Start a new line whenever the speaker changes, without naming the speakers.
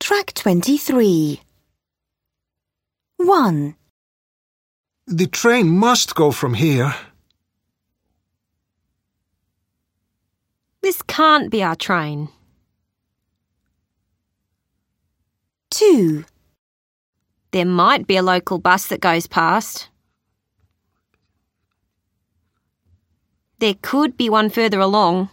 Track 23. 1,
The train must go from here.
This can't be our train.
2,
There might be a local bus that goes past. There could be one further along.